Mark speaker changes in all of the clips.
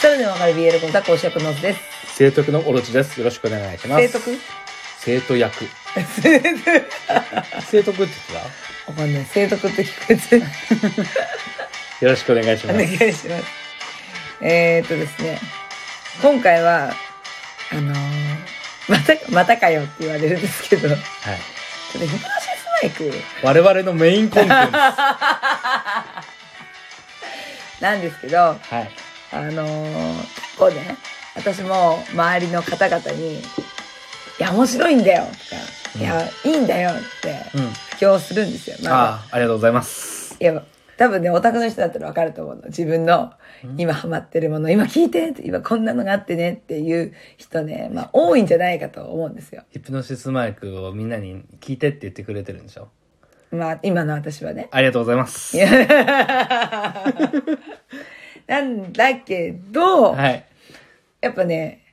Speaker 1: それではわかる BL 講座講師役のずです。
Speaker 2: 生徒役のオロチです。よろしくお願いします。
Speaker 1: 生徳
Speaker 2: 生徒役。
Speaker 1: 生徳
Speaker 2: 生徒役って言っ
Speaker 1: わかんない。生徳って聞くやつ。
Speaker 2: たよろしくお願いし
Speaker 1: お
Speaker 2: ま
Speaker 1: 願い
Speaker 2: す。
Speaker 1: します。えーっとですね。今回は、あのーまた、またかよって言われるんですけど、ちょっ
Speaker 2: はい。
Speaker 1: とヒプノシスマイク
Speaker 2: 我々のメインコンテン ツ。は
Speaker 1: なんですけど、あ
Speaker 2: い。
Speaker 1: のー結構ね、私も周りの方々に、いや、面白いんだよとか、いや、いいんだよって、
Speaker 2: うん。
Speaker 1: 布教するんですよ。まあ
Speaker 2: ああ、ありがとうございます。
Speaker 1: いや、多分ね、オタクの人だったらわかると思うの。自分の今ハマってるもの、今聞いて、今こんなのがあってねっていう人ね、まあ多いんじゃないかと思うんですよ。
Speaker 2: ヒプノシスマイクをみんなに聞いてって言ってくれてるんでしょ
Speaker 1: まあ今の私はね。
Speaker 2: ありがとうございます。
Speaker 1: なんだけど、
Speaker 2: はい。
Speaker 1: やっぱね、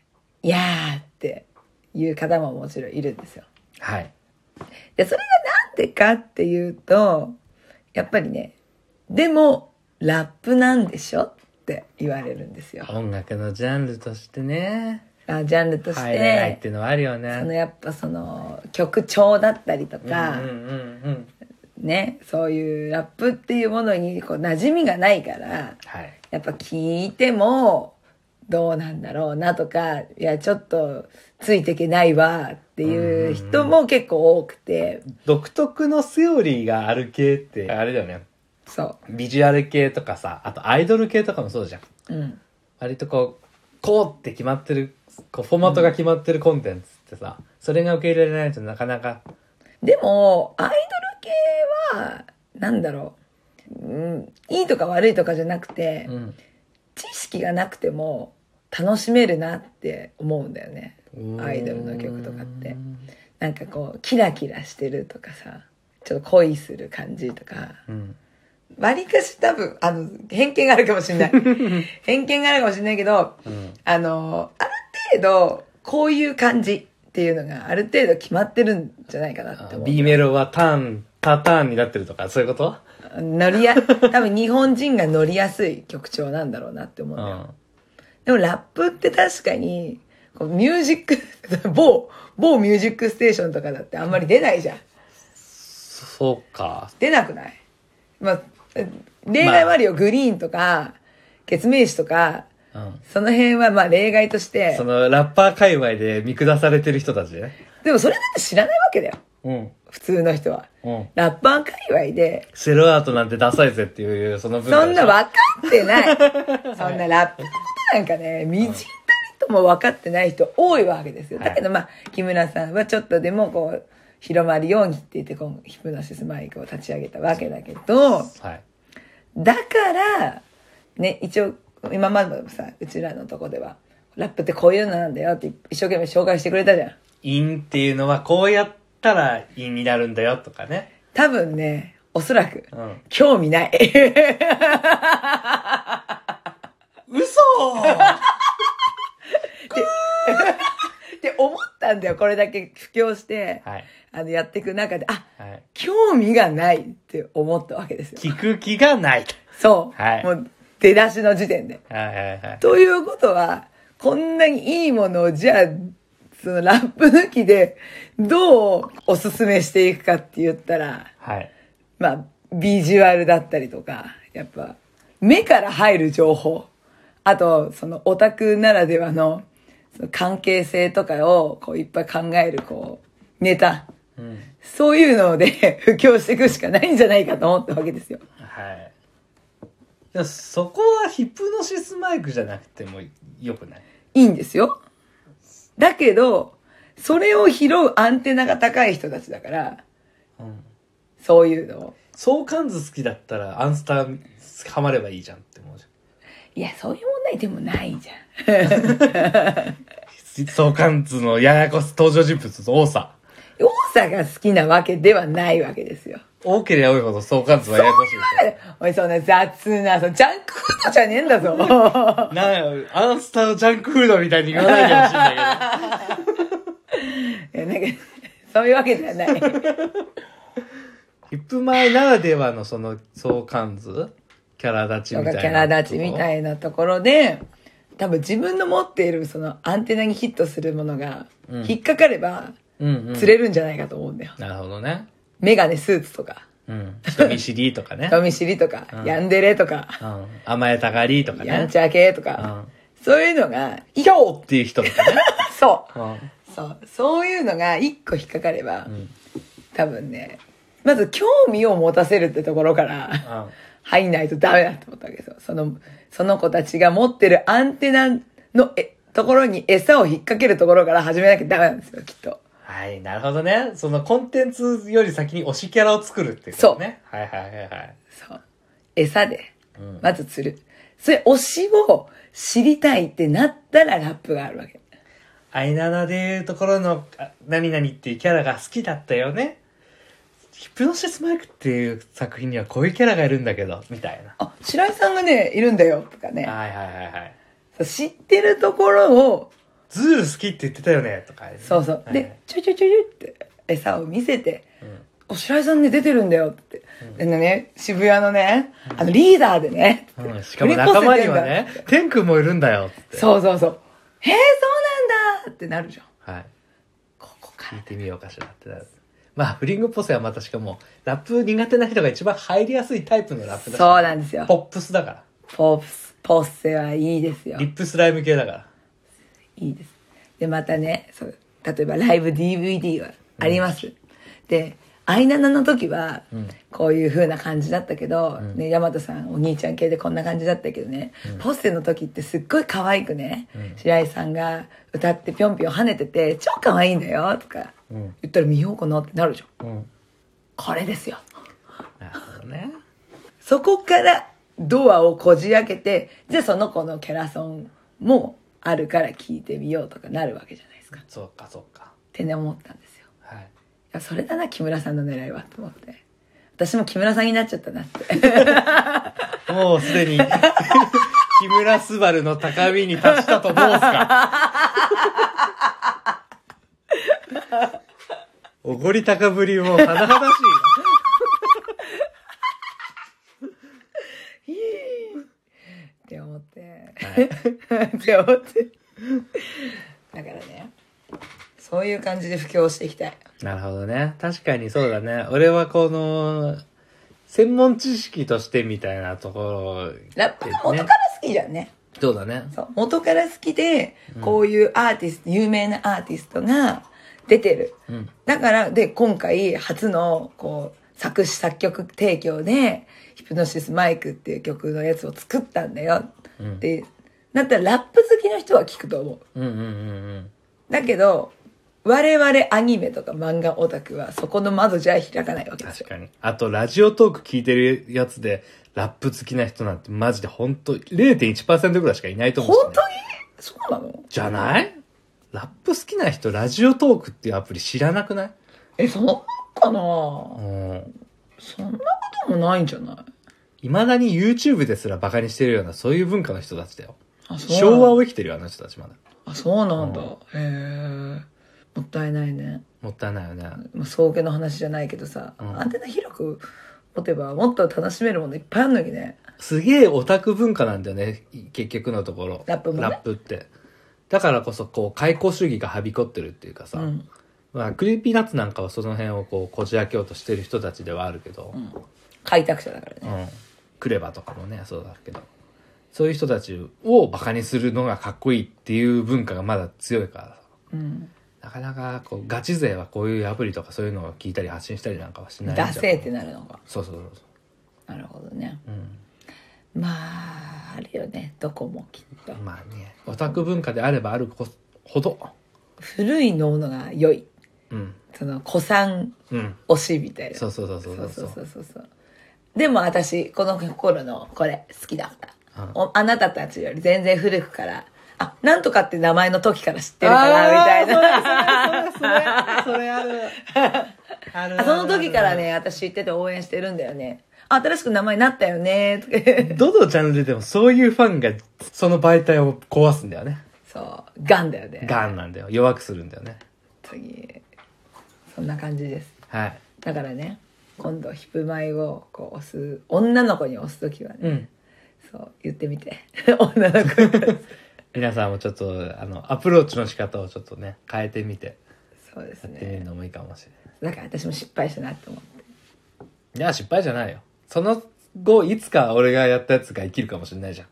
Speaker 1: いやーっていう方ももちろんいるんですよ。
Speaker 2: はい。
Speaker 1: で、それがなんでかっていうと、やっぱりね、でも、ラップなんでしょって言われるんですよ。
Speaker 2: 音楽のジャンルとしてね、
Speaker 1: あジャンルとして、
Speaker 2: 入れないっていうのはあるよ
Speaker 1: その
Speaker 2: ね。
Speaker 1: やっぱその曲調だったりと
Speaker 2: うんうん
Speaker 1: か、
Speaker 2: うん。
Speaker 1: ねそういうラップっていうものにこう馴染みがないから
Speaker 2: はい。
Speaker 1: やっぱ聞いてもどうなんだろうなとかいやちょっとついていけないわっていう人も結構多くて、
Speaker 2: 独特のセオリーがある系って、あれだよね。
Speaker 1: そ
Speaker 2: ビジュアル系とかさ、あとアイドル系とかもそうじゃん。
Speaker 1: う、うん、
Speaker 2: 割とこう、こうって決まってる、こう、フォーマットが決まってるコンテンツってさ、それが受け入れられないとなかなか、
Speaker 1: でもアイドル系はなんだろう、うん、いいとか悪いとかじゃなくて、
Speaker 2: うん。
Speaker 1: 知識がなくても楽しめるなって思うんだよねアイドルの曲とかってなんかこうキラキラしてるとかさちょっと恋する感じとか
Speaker 2: うん。
Speaker 1: わりかし多分あの偏見があるかもしれない偏見があるかもしれないけど
Speaker 2: うん。
Speaker 1: あのある程度こういう感じっていうのがある程度決まってるんじゃないかなって思う
Speaker 2: B メロはターン、タターンになってるとか、そういうこと
Speaker 1: 乗りや多分日本人が乗りやすい曲調なんだろうなって思
Speaker 2: う
Speaker 1: うんだよ
Speaker 2: ん。
Speaker 1: でもラップって確かに、こうミュージック、 某、某ミュージックステーションとかだってあんまり出ないじゃん。
Speaker 2: そうか。
Speaker 1: 出なくないまあ、例外はあるよ。グリーンとか、月明子とか、
Speaker 2: うん。
Speaker 1: その辺はまあ例外として
Speaker 2: そ、の、ラッパー界隈で見下されてる人たちね。
Speaker 1: でもそれだって知らないわけだよ。
Speaker 2: うん。
Speaker 1: 普通の人は。
Speaker 2: うん。
Speaker 1: ラッパー界隈で、
Speaker 2: セロアートなんてダサいぜっていう、その分
Speaker 1: そんな分かってない。そんなラップのことなんかね、みじんたりとも分かってない人多いわけですよ。
Speaker 2: はい
Speaker 1: だけどまあ、木村さんはちょっとでもこう、広まるようにって言って、このヒプノシスマイクを立ち上げたわけだけど、
Speaker 2: はい。
Speaker 1: だから、ね、一応、今までもさ、うちらのとこでは、ラップってこういうのなんだよって一生懸命紹介してくれたじゃん。
Speaker 2: インっていうのは、こうやったらインになるんだよとかね。
Speaker 1: 多分ね、おそらく、
Speaker 2: うん。
Speaker 1: 興味ない。
Speaker 2: 嘘
Speaker 1: って思ったんだよ。これだけ布教して、
Speaker 2: はい。
Speaker 1: あの、やっていく中で、あ、
Speaker 2: はい。
Speaker 1: 興味がないって思ったわけですよ。
Speaker 2: 聞く気がない。
Speaker 1: そう。
Speaker 2: はい
Speaker 1: もう、出だしの時点で。
Speaker 2: はいはいはい。
Speaker 1: ということは、こんなにいいものを、じゃあ、そのラップ抜きで、どうおすすめしていくかって言ったら、
Speaker 2: はい。
Speaker 1: まあ、ビジュアルだったりとか、やっぱ、目から入る情報。あと、そのオタクならではの、その関係性とかを、こう、いっぱい考える、こう、ネタ。
Speaker 2: うん。
Speaker 1: そういうので 布教していくしかないんじゃないかと思ったわけですよ。
Speaker 2: はい。じゃあそこはヒプノシスマイクじゃなくてもよくない
Speaker 1: いいんですよ。だけど、それを拾うアンテナが高い人たちだから、
Speaker 2: うん。
Speaker 1: そういうのを。
Speaker 2: 相関図好きだったらアンスターハマればいいじゃんって思うじゃん。
Speaker 1: いや、そういう問題でもないじゃん。
Speaker 2: 相関図のややこす登場人物の多さ。
Speaker 1: 多さが好きなわけではないわけですよ。
Speaker 2: 多ければ多いほど相関図はややこしいで
Speaker 1: おい、そんな雑な、そのジャンクフードじゃねえんだぞ。
Speaker 2: すよ。 なんやアンスターをジャンクフードみたいに言わないでほしいんだ
Speaker 1: いやなんか、そういうわけではない。
Speaker 2: けど。ヒップマイならではのその相関図キャラ立ち
Speaker 1: なん
Speaker 2: み
Speaker 1: か
Speaker 2: たいな。
Speaker 1: キャラ立ちみたいなところで、多分自分の持っているそのアンテナにヒットするものが
Speaker 2: うん
Speaker 1: 引っかかれば
Speaker 2: うんうん。
Speaker 1: 釣れるんじゃないかと思うんだよ。
Speaker 2: なるほどね。
Speaker 1: メガネスーツとか、
Speaker 2: うん。人見知りとかね。
Speaker 1: 人見知りとか、ヤンデレとか、
Speaker 2: うん。甘えたがりとかね。
Speaker 1: やんちゃ系とか、そういうのが、いやお
Speaker 2: っていう人とかね。
Speaker 1: そうう。そう。そういうのが一個引っかかれば、多分ね、まず興味を持たせるってところから、
Speaker 2: ん
Speaker 1: 入んないとダメだと思ったわけですよ。その、その子たちが持ってるアンテナのえところに餌を引っ掛けるところから始めなきゃダメなんですよ、きっと。
Speaker 2: はい、なるほどね。そのコンテンツより先に推しキャラを作るっていうことね。そう。はいはいはいはい。
Speaker 1: そう。餌で、まず釣る。それ、推しを知りたいってなったらラップがあるわけ。
Speaker 2: アイナナでいうところのあ何々っていうキャラが好きだったよね。ヒプノシスマイクっていう作品にはこういうキャラがいるんだけど、みたいな。
Speaker 1: あ、白井さんがね、いるんだよ、とかね。
Speaker 2: はいはいはいはい。
Speaker 1: そう知ってるところを、
Speaker 2: ズール好きって言ってたよね、とか、
Speaker 1: そうそう。
Speaker 2: はい
Speaker 1: で、ちょいちょいちょいちょいって餌を見せて、お白井さんね、出てるんだよって。でね、渋谷のね、あの、リーダーでね。
Speaker 2: うんしかも仲間には
Speaker 1: 売れっ
Speaker 2: ね、天君もいるんだよっ
Speaker 1: 子
Speaker 2: て。
Speaker 1: 世代だ。そうそうそう。へえ、そうなんだってなるじゃん。
Speaker 2: はい。
Speaker 1: ここか
Speaker 2: 聞い
Speaker 1: ら。
Speaker 2: てみようかしらってなる。まあ、フリングポセはまたしかも、ラップ苦手な人が一番入りやすいタイプのラップだし
Speaker 1: そうなんですよ
Speaker 2: ポップスだか
Speaker 1: ポップス、ポッセはいいですよ
Speaker 2: ら。リ。ップスライム系だから。
Speaker 1: いいです。で、またね、そう、例えばライブ DVD はあります。で、アイナナの時は、こういう風な感じだったけど、ね、ヤマトさん、お兄ちゃん系でこんな感じだったけどね、ポッセの時ってすっごい可愛くね、白井さんが歌ってぴょんぴょん跳ねてて、超可愛いんだよ、とか、
Speaker 2: うん
Speaker 1: 言ったら見ようかなってなるじゃん。
Speaker 2: うん。
Speaker 1: これですよ。
Speaker 2: なるほどね。
Speaker 1: そこからドアをこじ開けて、じゃあその子のキャラソンもあるから聞いてみようとかなるわけじゃないですか。
Speaker 2: そうか、そうか。
Speaker 1: ってね思ったんですよ
Speaker 2: は
Speaker 1: い
Speaker 2: い。
Speaker 1: やそれだな木村さんの狙いはと思って私も木村さんになっちゃったなって
Speaker 2: もうすでに、 木村昴の高みに達したと思うんすか。 おごり高ぶりも甚だしいな。
Speaker 1: って思って、
Speaker 2: はい
Speaker 1: って思ってだからねそういう感じで布教していきたい
Speaker 2: なるほどね。確かにそうだね。俺はこの、専門知識としてみたいなところ、
Speaker 1: ラップが元から好きじゃんね
Speaker 2: そうだね。
Speaker 1: そう元から好きでこういうアーティスト、有名なアーティストが出てる、
Speaker 2: うん
Speaker 1: だからで今回初のこう作詞作曲提供で「ヒプノシスマイク」っていう曲のやつを作ったんだよって、なったらラップ好きの人は聞くと思う
Speaker 2: うんうんうん
Speaker 1: だけど我々アニメとか漫画オタクはそこの窓じゃ開かないわけ
Speaker 2: うん。
Speaker 1: です
Speaker 2: 確
Speaker 1: よ
Speaker 2: かに。あと、ラジオトーク聞いてるやつで、ラップ好きな人なんてマジで本当0.1%ぐらいしかいないと思う
Speaker 1: 本
Speaker 2: しね、
Speaker 1: 当にそうなの
Speaker 2: じゃないラップ好きな人、ラジオトークっていうアプリ知らなくない
Speaker 1: えそうかな、
Speaker 2: うん。
Speaker 1: そんなこともないんじゃない
Speaker 2: 未だに YouTube ですらバカにしてるような、そういう文化の人たちだよ。
Speaker 1: あそうなの
Speaker 2: 昭和を生きてるよ、あの人たちまだ。
Speaker 1: あそうなんだ、へえもったいないね、
Speaker 2: もったいないよね。
Speaker 1: まあ、総家の話じゃないけどさ、
Speaker 2: ん
Speaker 1: アンテナ広く持てばもっと楽しめるものいっぱいあるのにね
Speaker 2: すげえオタク文化なんだよね、い結局のところ。
Speaker 1: ラップもね
Speaker 2: って。だからこそ、こう、開口主義がはびこってるっていうかさ、
Speaker 1: うん
Speaker 2: まあ、クリーピーナッツなんかはその辺をこう、こじ開けようとしてる人たちではあるけど、
Speaker 1: 開拓者だからね
Speaker 2: うん、クレバとかもねそうだけどそういう人たちをバカにするのがかっこいいっていう文化がまだ強いから
Speaker 1: うん
Speaker 2: なかなかこうガチ勢はこういうアプリとかそういうのを聞いたり発信したりなんかはしないんじゃん
Speaker 1: ダセーってなるのが
Speaker 2: そうそうそうそ
Speaker 1: なるほどね
Speaker 2: う、うん、
Speaker 1: まああるよねどこもきっと
Speaker 2: まあねオタク文化であればあるこほど
Speaker 1: 古いののが良い
Speaker 2: うん
Speaker 1: その古参
Speaker 2: うん
Speaker 1: 推しみたいな
Speaker 2: そうそうそうそう
Speaker 1: そ
Speaker 2: そうう
Speaker 1: そ
Speaker 2: そうう
Speaker 1: そうそうそうでも私この頃のこれ好きだった、
Speaker 2: うん
Speaker 1: おあなたたちより全然古くからあなんとかって名前の時から知ってるからみたいな
Speaker 2: なそれそれそれあるあ る
Speaker 1: あその時からね私知ってて応援してるんだよねあ新しく名前になったよねとか
Speaker 2: どのチャンネルでもそういうファンがその媒体を壊すんだよね
Speaker 1: そうガンだよね
Speaker 2: ガンなんだよ弱くするんだよね
Speaker 1: 次そんな感じです
Speaker 2: はい
Speaker 1: だからね今度ヒプマイをこう押す女の子に押す時はね、
Speaker 2: ん
Speaker 1: そう言ってみて女の子に
Speaker 2: 皆さんもちょっと、あの、アプローチの仕方をちょっとね、変えてみて、
Speaker 1: そうです
Speaker 2: やってみる
Speaker 1: ね
Speaker 2: のもいいかもしれない。
Speaker 1: だから私も失敗したなって思って
Speaker 2: いや、失敗じゃないよ。その後、いつか俺がやったやつが生きるかもしれないじゃん。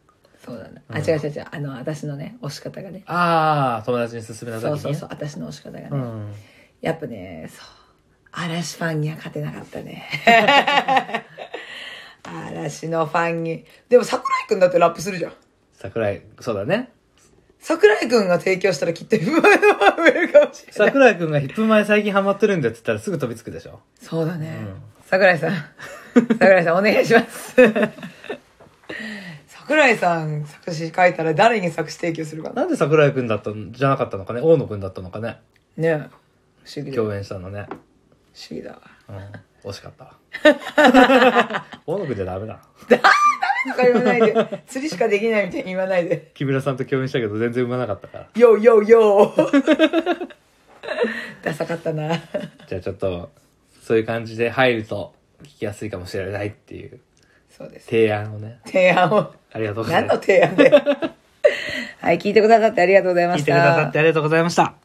Speaker 1: そうだな、
Speaker 2: う
Speaker 1: あ
Speaker 2: ん
Speaker 1: 違う違う違うあの私のね押し方がね
Speaker 2: ああ、友達に勧めた時
Speaker 1: そ
Speaker 2: に。
Speaker 1: うそうそう私の押し方がね、
Speaker 2: うん。
Speaker 1: やっぱねそう嵐ファンには勝てなかったね嵐のファンにでも桜井くんだってラップするじゃん
Speaker 2: 桜井、そうだね。
Speaker 1: 桜井くんが提供したらきっと不安は増えるかもしれない
Speaker 2: 桜井くんがヒップ前最近ハマってるんだって言ったらすぐ飛びつくでしょ。
Speaker 1: そうだね、
Speaker 2: うん
Speaker 1: 桜井さん桜井さんお願いします桜井さん作詞書いたら誰に作詞提供するかな
Speaker 2: なんで桜井くんだったんじゃなかったのかね大野くんだったのかね
Speaker 1: ねえ不思議だ不
Speaker 2: 共演したのね。
Speaker 1: 思議だわ
Speaker 2: うん。惜しかった わ。大野くんじゃダメだ。
Speaker 1: とか言わないで 釣りしかできないみたいに言わないで
Speaker 2: 木村さんと共演したけど全然生まなかったから。
Speaker 1: よよよ ダサかったな。
Speaker 2: じゃあちょっと、そういう感じで入ると聞きやすいかもしれないっていう
Speaker 1: そうです。
Speaker 2: 提案をね。
Speaker 1: 提案を。
Speaker 2: ありがとうござい
Speaker 1: 何
Speaker 2: ま
Speaker 1: の
Speaker 2: す。
Speaker 1: 提案で。はい、聞いてくださってありがとうございま
Speaker 2: 聞い
Speaker 1: してた。
Speaker 2: くださってありがとうございました。